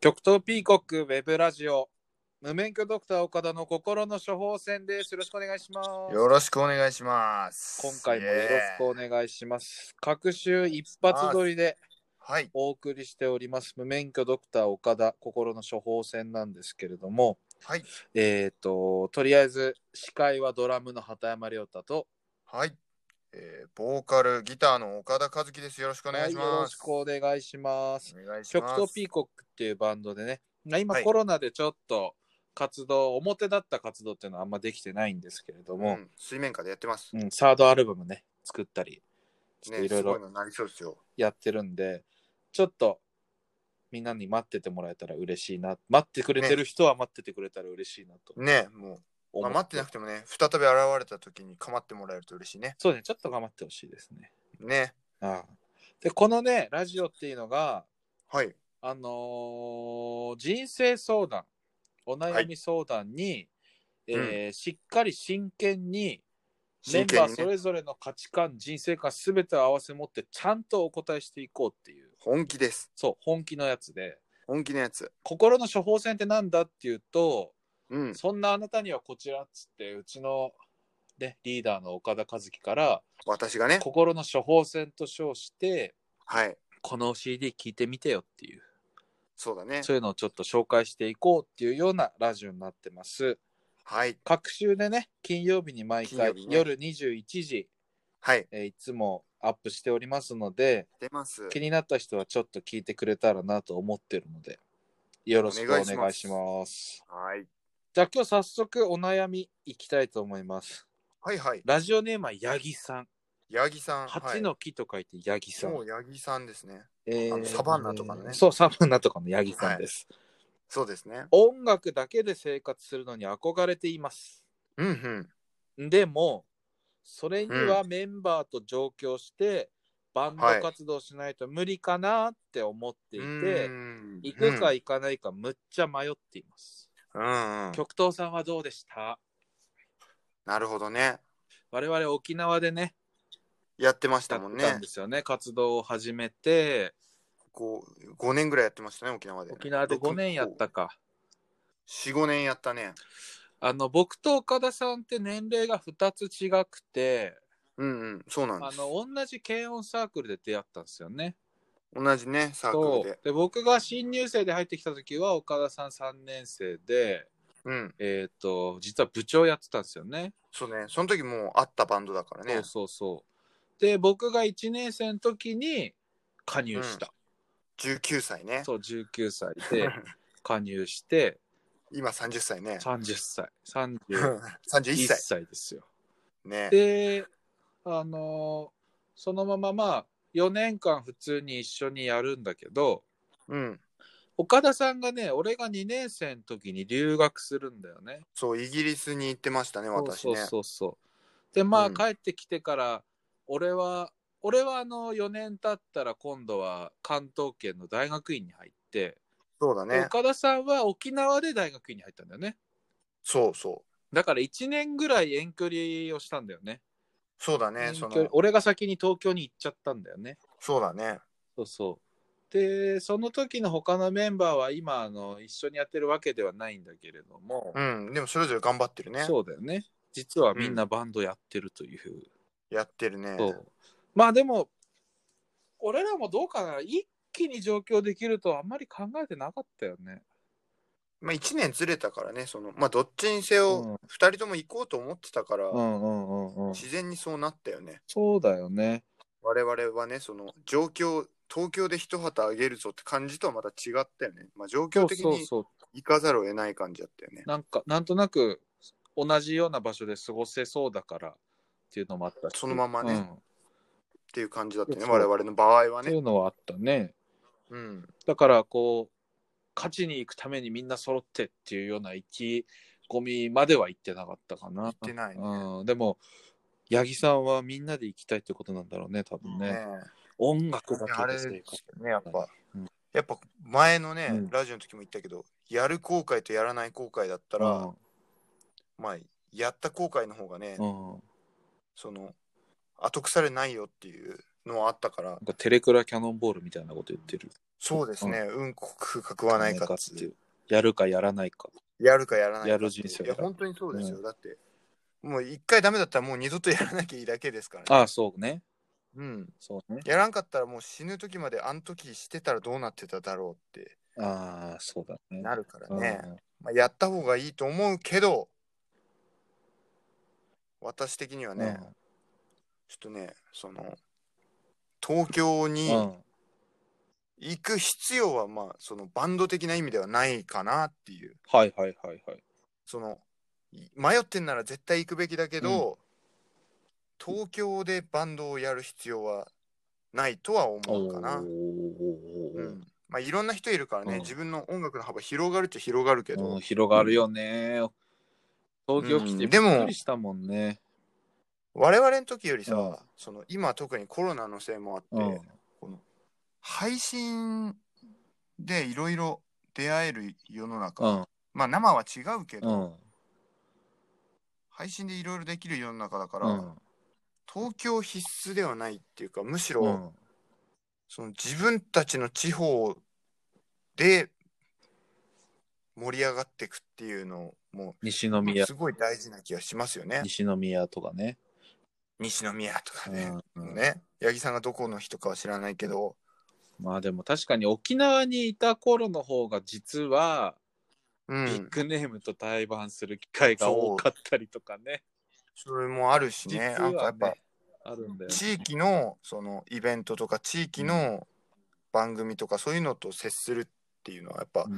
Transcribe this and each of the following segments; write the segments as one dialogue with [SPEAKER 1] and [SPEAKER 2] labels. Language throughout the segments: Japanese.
[SPEAKER 1] 極東ピーコックウェブラジオ無免許ドクター岡田の心の処方箋です。よろしくお願いします。
[SPEAKER 2] よろしくお願いします。
[SPEAKER 1] 今回もよろしくお願いします。各週一発撮りで
[SPEAKER 2] く。はい。
[SPEAKER 1] お送りしております無免許ドクター岡田心の処方箋なんですけれども、
[SPEAKER 2] はい。
[SPEAKER 1] えっ、と、とりあえず司会はドラムの畑山亮太と、
[SPEAKER 2] はい。えー、ボーカル、ギターの岡田和樹です。よろしくお願いし
[SPEAKER 1] はいよ
[SPEAKER 2] ま
[SPEAKER 1] ろし
[SPEAKER 2] す。
[SPEAKER 1] くお願いします。
[SPEAKER 2] お願いし
[SPEAKER 1] 極
[SPEAKER 2] ます。
[SPEAKER 1] 東ピーコックっていうバンドでね、まあ今
[SPEAKER 2] はい
[SPEAKER 1] コロナでちょっと活動、表だった活動っていうのはあんまできてないんですけれど
[SPEAKER 2] う
[SPEAKER 1] も、
[SPEAKER 2] ん、水面下でやってます。
[SPEAKER 1] う
[SPEAKER 2] ね、
[SPEAKER 1] んサードアルバムね、作ったり、ちょっといろ
[SPEAKER 2] す
[SPEAKER 1] い
[SPEAKER 2] ごい
[SPEAKER 1] ろ
[SPEAKER 2] のになりそうですよ。
[SPEAKER 1] やってるんで、ちょっとみんなに待っててもらえたら嬉しいな、待ってくれてる人は待っててくれたら嬉しいなと
[SPEAKER 2] ね、もう、
[SPEAKER 1] 思
[SPEAKER 2] まあ、待ってなく
[SPEAKER 1] て。
[SPEAKER 2] てもね、再び現れた時に構ってもらえると嬉しいね。
[SPEAKER 1] そうね、ちょっと頑張ってほしいですね。
[SPEAKER 2] ね。
[SPEAKER 1] ああで、このね、ラジオっていうのが、
[SPEAKER 2] はい。
[SPEAKER 1] あのー人生相談、お悩み相談に、えーしっかり真剣に、メン
[SPEAKER 2] 真
[SPEAKER 1] バー
[SPEAKER 2] 剣に
[SPEAKER 1] そ
[SPEAKER 2] ね、
[SPEAKER 1] れぞれの価値観、人生観すべてを合わせ持って、ちゃんとお答えしていこうっていう、
[SPEAKER 2] 本気です。
[SPEAKER 1] そう、本気のやつで、
[SPEAKER 2] 本気のやつ。
[SPEAKER 1] 心の処方箋ってなんだっていうと、
[SPEAKER 2] うん。
[SPEAKER 1] そんなあなたにはこちらっつって、うちの、ね、リーダーの岡田和樹から、
[SPEAKER 2] 私がね、
[SPEAKER 1] 心の処方箋と称して、
[SPEAKER 2] はい。
[SPEAKER 1] この CD 聞いてみてよっていう。
[SPEAKER 2] そうだね。
[SPEAKER 1] そういうのをちょっと紹介していこうっていうようなラジオになってます。
[SPEAKER 2] はい。
[SPEAKER 1] 各週でね、金曜日に毎
[SPEAKER 2] 金
[SPEAKER 1] 回
[SPEAKER 2] 曜日ね
[SPEAKER 1] 夜21時、
[SPEAKER 2] はい。
[SPEAKER 1] えーいつもアップしておりますので、
[SPEAKER 2] 出ます。
[SPEAKER 1] 気になった人はちょっと聞いてくれたらなと思ってるので、よろしくお願いし
[SPEAKER 2] お願
[SPEAKER 1] ま
[SPEAKER 2] い
[SPEAKER 1] す。
[SPEAKER 2] しまはい。
[SPEAKER 1] じゃあ今日早速お悩みいきたいと思います。
[SPEAKER 2] はいはい。
[SPEAKER 1] ラジオネームはヤギさん。
[SPEAKER 2] 八木さん。
[SPEAKER 1] 八
[SPEAKER 2] は
[SPEAKER 1] の木と書いてヤギ
[SPEAKER 2] い、
[SPEAKER 1] さん。
[SPEAKER 2] そう、八木さんですね。
[SPEAKER 1] え
[SPEAKER 2] あのサバンナとかのね
[SPEAKER 1] そう、サバンナとかのヤギさんです。
[SPEAKER 2] そうですね。
[SPEAKER 1] 音楽だけで生活するのに憧れています。
[SPEAKER 2] うんうん。
[SPEAKER 1] でも、それにはメンバーと上京して、バンド
[SPEAKER 2] はい
[SPEAKER 1] 活動しないと無理かなって思っていて、
[SPEAKER 2] うーん
[SPEAKER 1] 行くか行かないかむっちゃ迷っています。
[SPEAKER 2] うんうん、
[SPEAKER 1] 極東さんはどうでした
[SPEAKER 2] なるほどね
[SPEAKER 1] 我々沖縄でね、
[SPEAKER 2] やってました
[SPEAKER 1] やっ
[SPEAKER 2] もん
[SPEAKER 1] てた
[SPEAKER 2] ね
[SPEAKER 1] んですよね、活動を始めて、
[SPEAKER 2] こう5年ぐらいやってましたね沖縄で
[SPEAKER 1] 沖縄で5年やったか。
[SPEAKER 2] 45年やったね
[SPEAKER 1] あの、僕と岡田さんって年齢が2つ違くて、
[SPEAKER 2] うんうんそうなん
[SPEAKER 1] あ
[SPEAKER 2] です
[SPEAKER 1] の、同じ軽音サークルで出会ったんですよね。
[SPEAKER 2] 同じねサー
[SPEAKER 1] そ
[SPEAKER 2] ク
[SPEAKER 1] う
[SPEAKER 2] ルで
[SPEAKER 1] で僕が新入生で入ってきた時は岡田さん3年生で、
[SPEAKER 2] うん
[SPEAKER 1] えっと実は部長やってたんですよね。
[SPEAKER 2] そうねその時もうあったバンドだから
[SPEAKER 1] そ
[SPEAKER 2] ね
[SPEAKER 1] うそうそう。で僕が1年生の時に加入した。
[SPEAKER 2] 19歳ね
[SPEAKER 1] そう19歳 で加入して
[SPEAKER 2] 今30歳ね
[SPEAKER 1] 30歳
[SPEAKER 2] 31
[SPEAKER 1] 31
[SPEAKER 2] 歳
[SPEAKER 1] 歳ですよ。
[SPEAKER 2] ね
[SPEAKER 1] であのーそのまままあ4年間普通に一緒にやるんだけど
[SPEAKER 2] うん
[SPEAKER 1] 岡田さんがね俺が2年生の時に留学するんだよね。
[SPEAKER 2] そうイギリスに行ってましたね私
[SPEAKER 1] そう
[SPEAKER 2] ね
[SPEAKER 1] そうそうそうでまあ、
[SPEAKER 2] うん
[SPEAKER 1] 帰ってきてから俺は俺はあの4年経ったら今度は関東圏の大学院に入って、
[SPEAKER 2] そうだね
[SPEAKER 1] 岡田さんは沖縄で大学院に入ったんだよね
[SPEAKER 2] そうそう
[SPEAKER 1] だから1年ぐらい遠距離をしたんだよね
[SPEAKER 2] そうだね
[SPEAKER 1] 遠
[SPEAKER 2] そ
[SPEAKER 1] 距離
[SPEAKER 2] の
[SPEAKER 1] 俺が先に東京に行っちゃったんだよね
[SPEAKER 2] そうだね
[SPEAKER 1] そうそうでその時の他のメンバーは今あの一緒にやってるわけではないんだけれども、
[SPEAKER 2] うんでもそれぞれ頑張ってるね
[SPEAKER 1] そうだよね実はみんなバンドやってるという、
[SPEAKER 2] やってるね
[SPEAKER 1] そう。まあでも、俺らもどうかな、一気に上京できるとはあんまり考えてなかったよね。
[SPEAKER 2] まあ、1年ずれたからねその、まあ、どっちにせ
[SPEAKER 1] うん
[SPEAKER 2] よ2人とも行こうと思ってたから、
[SPEAKER 1] んうんうんうん。
[SPEAKER 2] 自然にそうなったよね
[SPEAKER 1] そうだよね。
[SPEAKER 2] 我々はねその状況東京で一旗あげるぞって感じとはまた違ったよね、まあ、状
[SPEAKER 1] そ
[SPEAKER 2] 況
[SPEAKER 1] う
[SPEAKER 2] 的
[SPEAKER 1] そう
[SPEAKER 2] に
[SPEAKER 1] そう。
[SPEAKER 2] 行かざるを得ない感じだったよね
[SPEAKER 1] なんか、なんとなく、同じような場所で過ごせそうだからっていうのもあったし。
[SPEAKER 2] そのままね
[SPEAKER 1] うんっ
[SPEAKER 2] っていう感じだったよね
[SPEAKER 1] そう
[SPEAKER 2] 我々の場合は
[SPEAKER 1] てい
[SPEAKER 2] ね
[SPEAKER 1] うのはあったね。
[SPEAKER 2] うん
[SPEAKER 1] だから、こう、勝ちに行くためにみんな揃ってっていうような意気込みまでは行ってなかったかな。
[SPEAKER 2] 行ってないね
[SPEAKER 1] うん、でも、八木さんはみんなで行きたいってことなんだろうね、多分ね。
[SPEAKER 2] ね
[SPEAKER 1] 音楽だ
[SPEAKER 2] あ
[SPEAKER 1] け
[SPEAKER 2] れ
[SPEAKER 1] で
[SPEAKER 2] です
[SPEAKER 1] 生
[SPEAKER 2] よ
[SPEAKER 1] 活
[SPEAKER 2] ねやっぱ、
[SPEAKER 1] うん
[SPEAKER 2] やっぱ前のね、
[SPEAKER 1] うん
[SPEAKER 2] ラジオの時も言ったけどやる後悔とやらない後悔だったら、まあやった後悔の方がね、
[SPEAKER 1] うんうん、
[SPEAKER 2] その後腐れないよっていうのはあったから
[SPEAKER 1] なんかテレクラキャノンボールみたいなこと言ってる。
[SPEAKER 2] そうですね、うんこ食うか食わないかっつ
[SPEAKER 1] ていう。やるかやらないか。
[SPEAKER 2] やるかやらないか
[SPEAKER 1] やる人生
[SPEAKER 2] いや、本当にそうですよ。だって、もう一回ダメだったらもう二度とやらなきゃいいだけですからね。
[SPEAKER 1] ああ、そうね。
[SPEAKER 2] うん。
[SPEAKER 1] そうね。
[SPEAKER 2] やらんかったらもう死ぬ時まであの時してたらどうなってただろうって
[SPEAKER 1] ああ、そうだね。
[SPEAKER 2] なるからね。まあ、やった方がいいと思うけど、私的には
[SPEAKER 1] う
[SPEAKER 2] ね、ちょっとね、その、東京
[SPEAKER 1] ん。
[SPEAKER 2] に
[SPEAKER 1] うん。うん
[SPEAKER 2] 行く必要は、まあ、そのバンド的な意味ではないかなっていう。
[SPEAKER 1] はいはいはいはい。
[SPEAKER 2] そのい迷ってんなら絶対行くべきだけど、東京でバンドをやる必要はないとは思うかな
[SPEAKER 1] おー。
[SPEAKER 2] うんまあ、いろんな人いるからね、
[SPEAKER 1] うん
[SPEAKER 2] 自分の音楽の幅広がるっちゃ広がるけど、
[SPEAKER 1] うん広がるよね。東京来
[SPEAKER 2] う
[SPEAKER 1] て
[SPEAKER 2] んでも
[SPEAKER 1] びっくりしたもんね。
[SPEAKER 2] 我々の時よりさ、
[SPEAKER 1] うん
[SPEAKER 2] その今特にコロナのせいもあって、
[SPEAKER 1] うん。
[SPEAKER 2] 配信でいろいろ出会える世の中、
[SPEAKER 1] うん。
[SPEAKER 2] まあ生は違うけど、
[SPEAKER 1] うん。
[SPEAKER 2] 配信でいろいろできる世の中だから、
[SPEAKER 1] うん。
[SPEAKER 2] 東京必須ではないっていうかむしろ、
[SPEAKER 1] うん。
[SPEAKER 2] その自分たちの地方で盛り上がっていくっていうのも
[SPEAKER 1] 西宮、
[SPEAKER 2] すごい大事な気がしますよね。
[SPEAKER 1] 西宮とかね。
[SPEAKER 2] 西宮とかね。
[SPEAKER 1] うんうん
[SPEAKER 2] ね八木さんがどこの人かは知らないけど、
[SPEAKER 1] まあでも確かに沖縄にいた頃の方が実は
[SPEAKER 2] う
[SPEAKER 1] ビッ
[SPEAKER 2] ん、
[SPEAKER 1] グネームと対バンする機会が多かったりとかね。
[SPEAKER 2] それもあるし
[SPEAKER 1] 実
[SPEAKER 2] ね、なんかや
[SPEAKER 1] は
[SPEAKER 2] っぱ
[SPEAKER 1] ね。あるんだよね。
[SPEAKER 2] 地域のそのイベントとか地域の番組とかそういうのと接するっていうのはやっぱ、
[SPEAKER 1] うん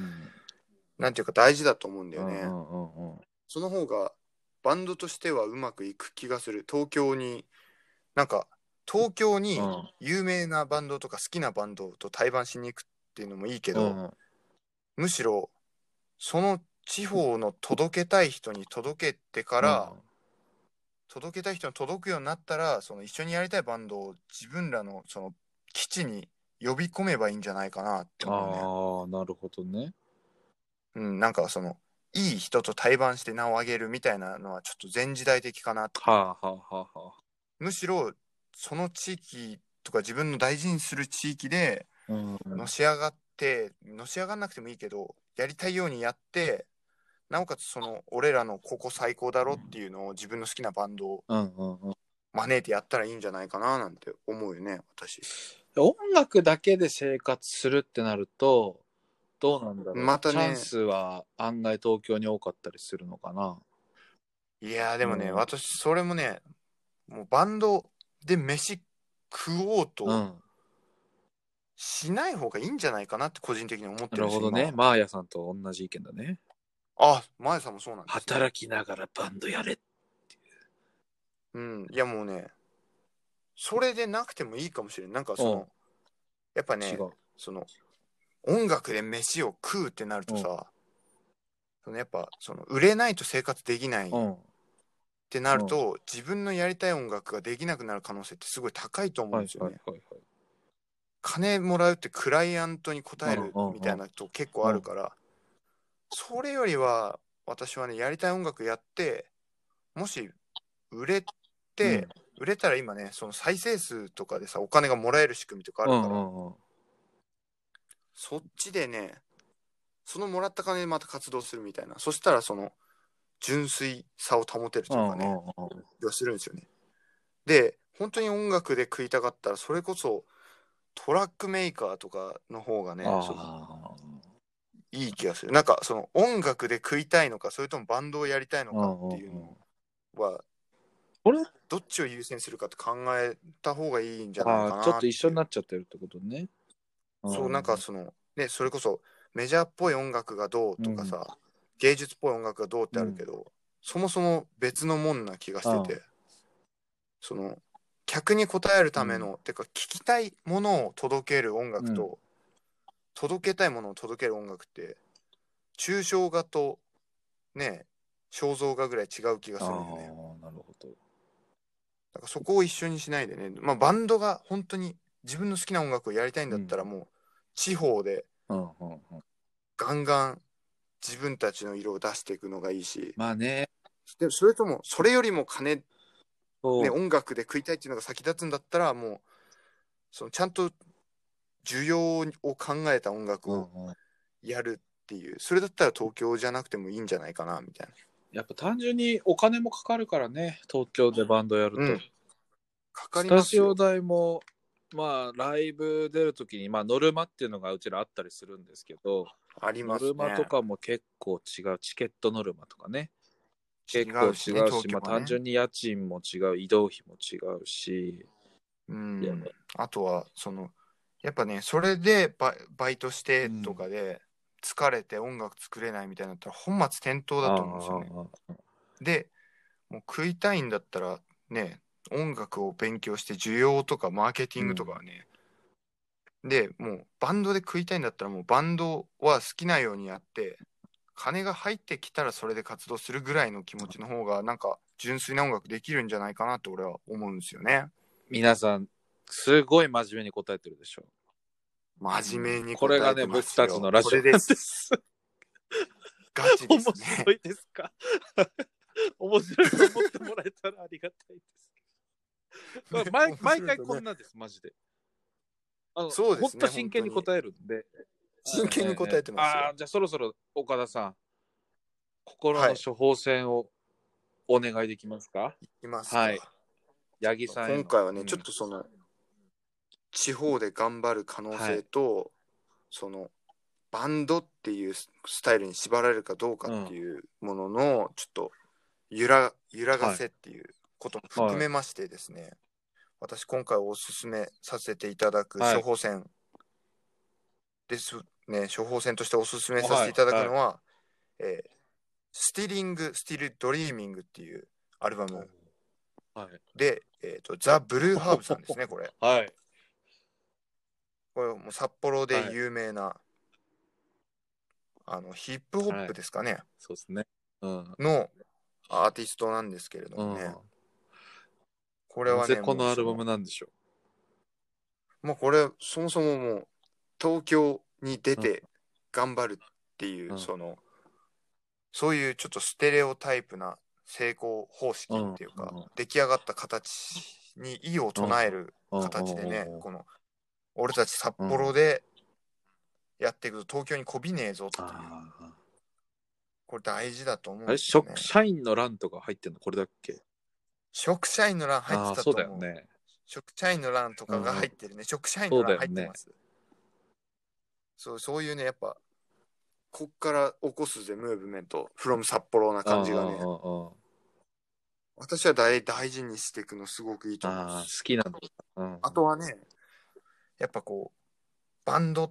[SPEAKER 2] なんていうか大事だと思うんだよね。
[SPEAKER 1] うんうんうんうん
[SPEAKER 2] その方がバンドとしてはうまくいく気がする東京になんか東京に
[SPEAKER 1] うん
[SPEAKER 2] 有名なバンドとか好きなバンドと対バンしに行くっていうのもいいけど、
[SPEAKER 1] うん
[SPEAKER 2] むしろその地方の届けたい人に届けてから、届けたい人に届くようになったらその一緒にやりたいバンドを自分らのその基地に呼び込めばいいんじゃないかなって
[SPEAKER 1] うん
[SPEAKER 2] 思うね。
[SPEAKER 1] ああ、なるほどね。
[SPEAKER 2] うん、なんかそのいい人と対バンして名を上げるみたいなのはちょっと前時代的かなって
[SPEAKER 1] はあはあはあは
[SPEAKER 2] むしろその地域とか自分の大事にする地域で
[SPEAKER 1] あ。うん
[SPEAKER 2] のし上がって、のし上がんなくてもいいけどやりたいようにやってなおかつその俺らのここ最高だろっていうのを自分の好きなバンドを
[SPEAKER 1] うんうんうん。
[SPEAKER 2] 招いてやったらいいんじゃないかななんて思うよね私
[SPEAKER 1] 音楽だけで生活するってなると、どうなんだろう。
[SPEAKER 2] またね
[SPEAKER 1] チャンスは案外東京に多かったりするのかな。
[SPEAKER 2] いやーでもね、
[SPEAKER 1] うん
[SPEAKER 2] 私それもねもうバンドで飯食おう
[SPEAKER 1] う
[SPEAKER 2] と
[SPEAKER 1] ん。
[SPEAKER 2] しない方がいいんじゃないかなって個人的に思っ
[SPEAKER 1] な
[SPEAKER 2] てる
[SPEAKER 1] る
[SPEAKER 2] んです
[SPEAKER 1] ほどね。マーヤさんと同じ意見だね。
[SPEAKER 2] あ前さんもそうなんですね
[SPEAKER 1] 働きながらバンドやれ。
[SPEAKER 2] うん、いやもうね、それでなくてもいいかもしれない。なんかその、
[SPEAKER 1] うん
[SPEAKER 2] やっぱ
[SPEAKER 1] 違
[SPEAKER 2] ね、
[SPEAKER 1] う。
[SPEAKER 2] その、音楽で飯を食うってなるとさ、そのやっぱ、その、売れないと生活できないっ
[SPEAKER 1] うん。
[SPEAKER 2] てなると、自分のやりたい音楽ができなくなる可能性ってすごい高いと思う
[SPEAKER 1] は
[SPEAKER 2] ん
[SPEAKER 1] い
[SPEAKER 2] ですよね。
[SPEAKER 1] はいはいはい。
[SPEAKER 2] 金もらうってクライアントに応えるみたいなと結構あるから、それよりは私はねやりたい音楽やってもし売れて、
[SPEAKER 1] うん
[SPEAKER 2] 売れたら今ねその再生数とかでさお金がもらえる仕組みとかある
[SPEAKER 1] う
[SPEAKER 2] から、
[SPEAKER 1] んうんうん。
[SPEAKER 2] そっちでねそのもらった金でまた活動するみたいなそしたらその純粋さを保てるというかね、
[SPEAKER 1] うんうんうん
[SPEAKER 2] 気がするんですよね。で、本当に音楽で食いたかったら、それこそトラックメーカーとかの方がね、その
[SPEAKER 1] あ
[SPEAKER 2] いい気がする。なんかその音楽で食いたいのか、それともバンドをやりたいの
[SPEAKER 1] あ。
[SPEAKER 2] かっていうのは、
[SPEAKER 1] これ
[SPEAKER 2] どっちを優先するかって考えた方がいいんじゃないか
[SPEAKER 1] あ
[SPEAKER 2] な
[SPEAKER 1] あ、ちょっと一緒に
[SPEAKER 2] な
[SPEAKER 1] なっちゃってるってことね。
[SPEAKER 2] そう、なんかその、ね、それこそメジャーっぽい音楽がどうとかさ、芸術っぽい音楽がどうってあるけど、そもそも別のもんな気がしてて、その客に応えるための、てか聞きたいものを届ける音楽と、届けたいものを届ける音楽って抽象画とね肖像画ぐらい違う気がす
[SPEAKER 1] あ
[SPEAKER 2] る
[SPEAKER 1] あ
[SPEAKER 2] んだよね。
[SPEAKER 1] ー、なるほど。
[SPEAKER 2] だからそこを一緒にしないでね、まあ、バンドが本当に自分の好きな音楽をやりたいんだったらもう地方で
[SPEAKER 1] うんうんうん。
[SPEAKER 2] ガンガン自分たちの色を出していくのがいいし
[SPEAKER 1] まあね、
[SPEAKER 2] でもそれともそれよりも金、ね、
[SPEAKER 1] そう
[SPEAKER 2] 音楽で食いたいっていうのが先立つんだったらもうそのちゃんと需要を考えた音楽を
[SPEAKER 1] うんうん
[SPEAKER 2] やるっていう、それだったら東京じゃなくてもいいんじゃないかなみたい
[SPEAKER 1] やっぱ単純にお金もかかるからね、東京でバンドやると。
[SPEAKER 2] な。うん。かか
[SPEAKER 1] ス
[SPEAKER 2] り
[SPEAKER 1] タ
[SPEAKER 2] ます
[SPEAKER 1] ジオ
[SPEAKER 2] よ。
[SPEAKER 1] 代も、まあ、ライブ出るときに、まあ、ノルマっていうのがうちらあったりするんですけど、
[SPEAKER 2] あり
[SPEAKER 1] ノ
[SPEAKER 2] ますね。
[SPEAKER 1] ルマとかも結構違う、チケットノルマとかね、
[SPEAKER 2] 違
[SPEAKER 1] 結構違うし、
[SPEAKER 2] ね東京
[SPEAKER 1] まあ、
[SPEAKER 2] はね
[SPEAKER 1] 単純に家賃も違う、移動費も違うし、
[SPEAKER 2] う
[SPEAKER 1] いや
[SPEAKER 2] ん、あとはそのやっぱねそれでバイバイトしてとかで疲れて音楽作れないみたいになったら本末転倒だと思うんですよね。
[SPEAKER 1] ああああ
[SPEAKER 2] でもう食いたいんだったらね音楽を勉強して需要とかマーケティングとかはね、でもうバンドで食いたいんだったらもうバンドは好きなようにやって金が入ってきたらそれで活動するぐらいの気持ちの方がなんか純粋な音楽できるんじゃないかなって俺は思うんですよね。
[SPEAKER 1] 皆さん、すごい真面目に答えてるでしょ。
[SPEAKER 2] 真面目に
[SPEAKER 1] こ
[SPEAKER 2] 答
[SPEAKER 1] れ
[SPEAKER 2] え
[SPEAKER 1] が
[SPEAKER 2] て
[SPEAKER 1] ね、
[SPEAKER 2] ま
[SPEAKER 1] 僕
[SPEAKER 2] すよ
[SPEAKER 1] たちのラジ
[SPEAKER 2] こ
[SPEAKER 1] オな
[SPEAKER 2] れ
[SPEAKER 1] ん
[SPEAKER 2] で。
[SPEAKER 1] ですす。
[SPEAKER 2] ガチで
[SPEAKER 1] 面
[SPEAKER 2] すね。
[SPEAKER 1] 白いですか面白いと思ってもらえたらありがたいです。まあ毎毎回こんなです、マジで。あの
[SPEAKER 2] そうです
[SPEAKER 1] ほ
[SPEAKER 2] ね
[SPEAKER 1] んと真剣に答えるんで。
[SPEAKER 2] 真剣に答えてますよ
[SPEAKER 1] ああ、じゃあそろそろ岡田さん、心の処方箋をお願いできますか、
[SPEAKER 2] いますか
[SPEAKER 1] はい八木さんへの
[SPEAKER 2] 今回はね、
[SPEAKER 1] うん
[SPEAKER 2] ちょっとその、地方で頑張る可能性と、その、バンドっていうススタイルに縛られるかどうかっていうものの、ちょっと揺ら、揺らがせっていうことも含めましてですね、私今回おすすめさせていただく
[SPEAKER 1] はい
[SPEAKER 2] 処方箋ですね、処方箋としておすすめさせていただくのは、えースティリング・スティル・ドリーミングっていうアルバム
[SPEAKER 1] はい。
[SPEAKER 2] で、えー、とザ・ブルーハーブさんですね、これ。
[SPEAKER 1] はい。
[SPEAKER 2] これもう札幌で有名な、あのヒップホップですかね、
[SPEAKER 1] そうですね。うん。
[SPEAKER 2] のアーティストなんですけれど
[SPEAKER 1] う
[SPEAKER 2] も
[SPEAKER 1] ん
[SPEAKER 2] ね、こ
[SPEAKER 1] こ
[SPEAKER 2] れはね、
[SPEAKER 1] このアルバ
[SPEAKER 2] も
[SPEAKER 1] ム
[SPEAKER 2] う
[SPEAKER 1] なんでしょ
[SPEAKER 2] そのもうこれ、そもそももう、東京に出て頑張るっていう、
[SPEAKER 1] うん
[SPEAKER 2] その、そういうちょっとステレオタイプな成功方式っていうか、
[SPEAKER 1] うんうん
[SPEAKER 2] 出来上がった形に異を唱える
[SPEAKER 1] う。
[SPEAKER 2] 形でね
[SPEAKER 1] うんうんうん、
[SPEAKER 2] この俺たち札幌でやっていくと東京にこびねえぞっていう、
[SPEAKER 1] ああ
[SPEAKER 2] これ大事だと思うん
[SPEAKER 1] あれ、
[SPEAKER 2] ですよ、ね。
[SPEAKER 1] 職社員の欄とか入ってんのこれだっけ
[SPEAKER 2] 職社員の欄入っ
[SPEAKER 1] あ
[SPEAKER 2] て
[SPEAKER 1] あ、
[SPEAKER 2] たと
[SPEAKER 1] そ
[SPEAKER 2] 思
[SPEAKER 1] う
[SPEAKER 2] う
[SPEAKER 1] だよね。
[SPEAKER 2] 職社員の欄とかが入ってるね。職社員の欄入ってます。そうそういうね、やっぱ、こっから起こすぜ、ムーブメント、from 札幌な感じが
[SPEAKER 1] う
[SPEAKER 2] ね
[SPEAKER 1] んう、んうんうん
[SPEAKER 2] 私は大大事にしていくのすごくいいと思い
[SPEAKER 1] ああ、
[SPEAKER 2] ま
[SPEAKER 1] 好
[SPEAKER 2] す。
[SPEAKER 1] きなんだ。うん、
[SPEAKER 2] あとはね、やっぱこう、バンドっ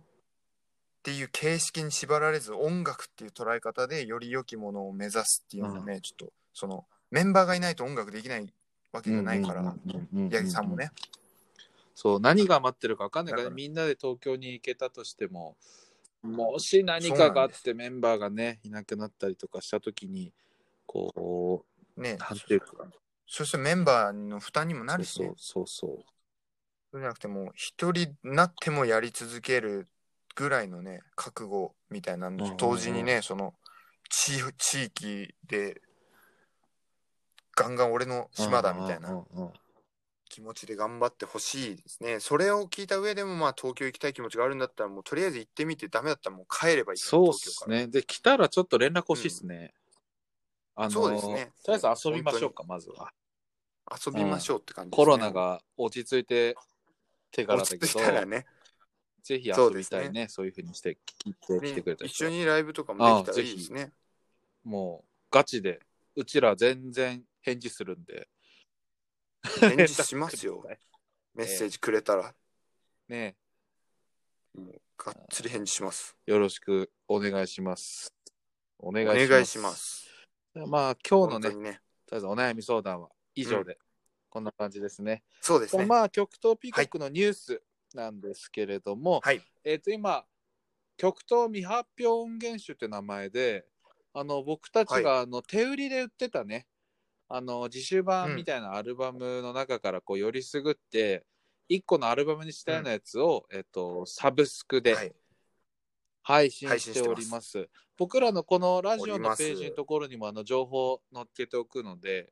[SPEAKER 2] ていう形式に縛られず、音楽っていう捉え方でより良きものを目指すっていうのはね、ちょっと、その、メンバーがいないと音楽できないわけじゃないから、八木さんもね。。
[SPEAKER 1] そう、何が待ってるか分かんないから、
[SPEAKER 2] だ
[SPEAKER 1] ね、
[SPEAKER 2] から
[SPEAKER 1] みんなで東京に行けたとしても、もし何かがあってメンバーがね、いなくなったりとかしたときに、こ
[SPEAKER 2] ね
[SPEAKER 1] う、、なんていうか、
[SPEAKER 2] そしてメンバーの負担にもなるし
[SPEAKER 1] そ
[SPEAKER 2] ね
[SPEAKER 1] う、そうそう。
[SPEAKER 2] そうじゃなくてもう、一人になってもやり続けるぐらいのね、覚悟みたいなの
[SPEAKER 1] う
[SPEAKER 2] と
[SPEAKER 1] ん
[SPEAKER 2] 同時にね、その、地、地域で、ガンガン俺の島だみたいな
[SPEAKER 1] う。んうんうん
[SPEAKER 2] 気持ちで頑張ってほしいですね。それを聞いた上でも、まあ、東京行きたい気持ちがあるんだったら、もうとりあえず行ってみて、ダメだったらもう帰ればいいから。
[SPEAKER 1] そうっすね。で、来たらちょっと連絡欲しいっすね。あの
[SPEAKER 2] そうですね
[SPEAKER 1] とりあえず遊びましょうか、まずは。
[SPEAKER 2] 東京から。遊びましょうって感じですね、
[SPEAKER 1] コロナが落ち着いてからだけ
[SPEAKER 2] 落
[SPEAKER 1] ど、
[SPEAKER 2] ち着いたらね、
[SPEAKER 1] ぜひ遊
[SPEAKER 2] そうで
[SPEAKER 1] び
[SPEAKER 2] す
[SPEAKER 1] たい
[SPEAKER 2] ね
[SPEAKER 1] ね。そういうふうにして聞いて来てくれた人
[SPEAKER 2] 一緒にライブとかもできたらいいですね。
[SPEAKER 1] もうガチで、うちら全然返事するんで。
[SPEAKER 2] 返事します よ。メッセージくれたら、
[SPEAKER 1] ね
[SPEAKER 2] もうがっつり返事します。
[SPEAKER 1] よろしくお願いします。お願
[SPEAKER 2] お
[SPEAKER 1] いします。
[SPEAKER 2] 願いします。
[SPEAKER 1] まあ今日のね、
[SPEAKER 2] 本当
[SPEAKER 1] とり
[SPEAKER 2] にね。
[SPEAKER 1] あえずお悩み相談は以上で、こんな感じですね。
[SPEAKER 2] そうですね。
[SPEAKER 1] まあ極東ピーコックのニュースなんですけれども、
[SPEAKER 2] はい。
[SPEAKER 1] えっ、と今極東未発表音源集って名前であの僕たちがあの手売りで売ってたね、あの自主版みたいなアルバムの中からこうよりすぐって1個のアルバムにしたようなやつを、えっとサブスクで
[SPEAKER 2] はい
[SPEAKER 1] 配信しております。僕らのこのラジオのページのところにもあの情報載っけておくので、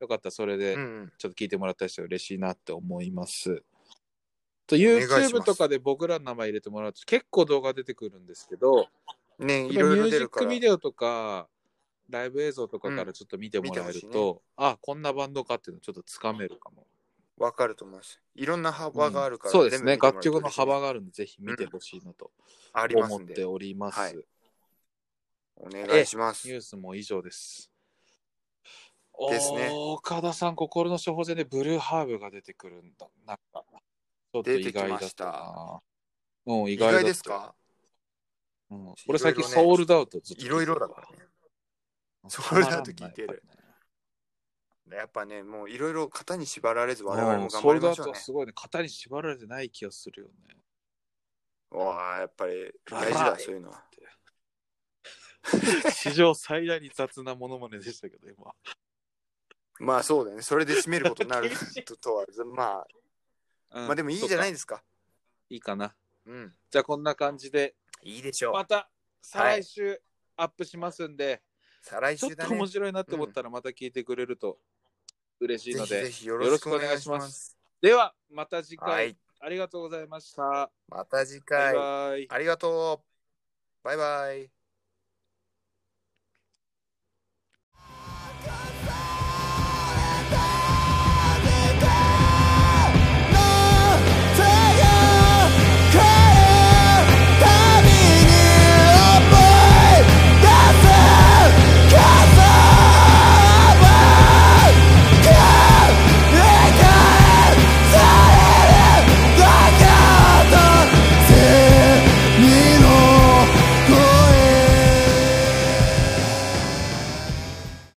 [SPEAKER 1] よかったらそれで
[SPEAKER 2] うんうん。
[SPEAKER 1] ちょっと聞いてもらったりしたら嬉しいなって思います。と
[SPEAKER 2] 願いします
[SPEAKER 1] YouTube とかで僕らの名前入れてもらうと結構動画出てくるんですけど、
[SPEAKER 2] ね、い
[SPEAKER 1] やっぱ
[SPEAKER 2] ろ
[SPEAKER 1] りミュ
[SPEAKER 2] いろ
[SPEAKER 1] ージ
[SPEAKER 2] 出
[SPEAKER 1] ッ
[SPEAKER 2] るか
[SPEAKER 1] ク
[SPEAKER 2] ら。
[SPEAKER 1] ビデオとか、ライブ映像とかからちょっと見てもらえる
[SPEAKER 2] 見て
[SPEAKER 1] と、あ、こんなバンドかっていうのちょっとつかめるかも。
[SPEAKER 2] わかると思います。いろんな幅があるから、
[SPEAKER 1] そうですね。
[SPEAKER 2] 全部見て
[SPEAKER 1] 楽
[SPEAKER 2] もら
[SPEAKER 1] 曲
[SPEAKER 2] えると
[SPEAKER 1] の幅があるんで、ぜひ見てほしいなと
[SPEAKER 2] ありま
[SPEAKER 1] 思
[SPEAKER 2] す
[SPEAKER 1] っ
[SPEAKER 2] ん
[SPEAKER 1] て
[SPEAKER 2] で、
[SPEAKER 1] おります。
[SPEAKER 2] はいお願いします
[SPEAKER 1] ニ。ュースも以上です。
[SPEAKER 2] ですね
[SPEAKER 1] 岡田さん、心の処方箋でブルーハーブが出てくるんだ。なんか、ちょっと意外だ
[SPEAKER 2] 出てきま
[SPEAKER 1] っ
[SPEAKER 2] したた
[SPEAKER 1] な。うん、意
[SPEAKER 2] 意
[SPEAKER 1] 外だった
[SPEAKER 2] 外ですか
[SPEAKER 1] うん
[SPEAKER 2] いろいろね
[SPEAKER 1] 俺最近ソウルダウトずっと聞て
[SPEAKER 2] いろい
[SPEAKER 1] る
[SPEAKER 2] ろだからね。ソウルダウト聞いてる。やっぱね、もういろいろ型に縛られず
[SPEAKER 1] たま
[SPEAKER 2] 我
[SPEAKER 1] らんな
[SPEAKER 2] 々
[SPEAKER 1] やっぱりねう
[SPEAKER 2] も
[SPEAKER 1] ん
[SPEAKER 2] 頑
[SPEAKER 1] ソウ
[SPEAKER 2] 張
[SPEAKER 1] ルダ
[SPEAKER 2] り
[SPEAKER 1] ウト
[SPEAKER 2] ましょう
[SPEAKER 1] は
[SPEAKER 2] ね。
[SPEAKER 1] すごいね。型に縛られてない気がする よね。
[SPEAKER 2] わあ、やっぱり大事だ、そういうのは。
[SPEAKER 1] 史上最大に雑なものまねでしたけど、今。
[SPEAKER 2] まあそうだよね。それで締めることになる
[SPEAKER 1] 厳しい
[SPEAKER 2] ととは、ま
[SPEAKER 1] う
[SPEAKER 2] あ、
[SPEAKER 1] ん
[SPEAKER 2] まあでもいいじゃない
[SPEAKER 1] そうか
[SPEAKER 2] ですか。
[SPEAKER 1] いいかな。
[SPEAKER 2] うん。
[SPEAKER 1] じゃあこんな感じで、
[SPEAKER 2] いいでしょう。
[SPEAKER 1] また再来週アップしますんで、
[SPEAKER 2] 再来
[SPEAKER 1] ちょっ
[SPEAKER 2] 週だ
[SPEAKER 1] と
[SPEAKER 2] ね
[SPEAKER 1] 面。白いなって思ったらまた聞いてくれると嬉しい
[SPEAKER 2] ぜ
[SPEAKER 1] の
[SPEAKER 2] ひ
[SPEAKER 1] で、
[SPEAKER 2] ぜひよろしくお願いします。
[SPEAKER 1] ではまた次回、
[SPEAKER 2] はい。
[SPEAKER 1] ありがとうございました。
[SPEAKER 2] また次
[SPEAKER 1] バイ
[SPEAKER 2] 回。
[SPEAKER 1] バイ。
[SPEAKER 2] ありがとう。バイバイ。